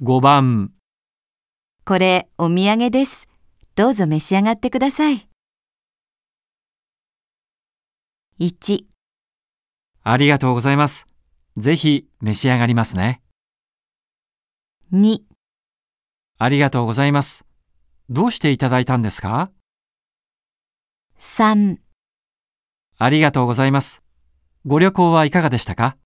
5番、これお土産です。どうぞ召し上がってください。1、ありがとうございます。ぜひ召し上がりますね。 2、ありがとうございます。どうしていただいたんですか3。ありがとうございます。ご旅行はいかがでしたか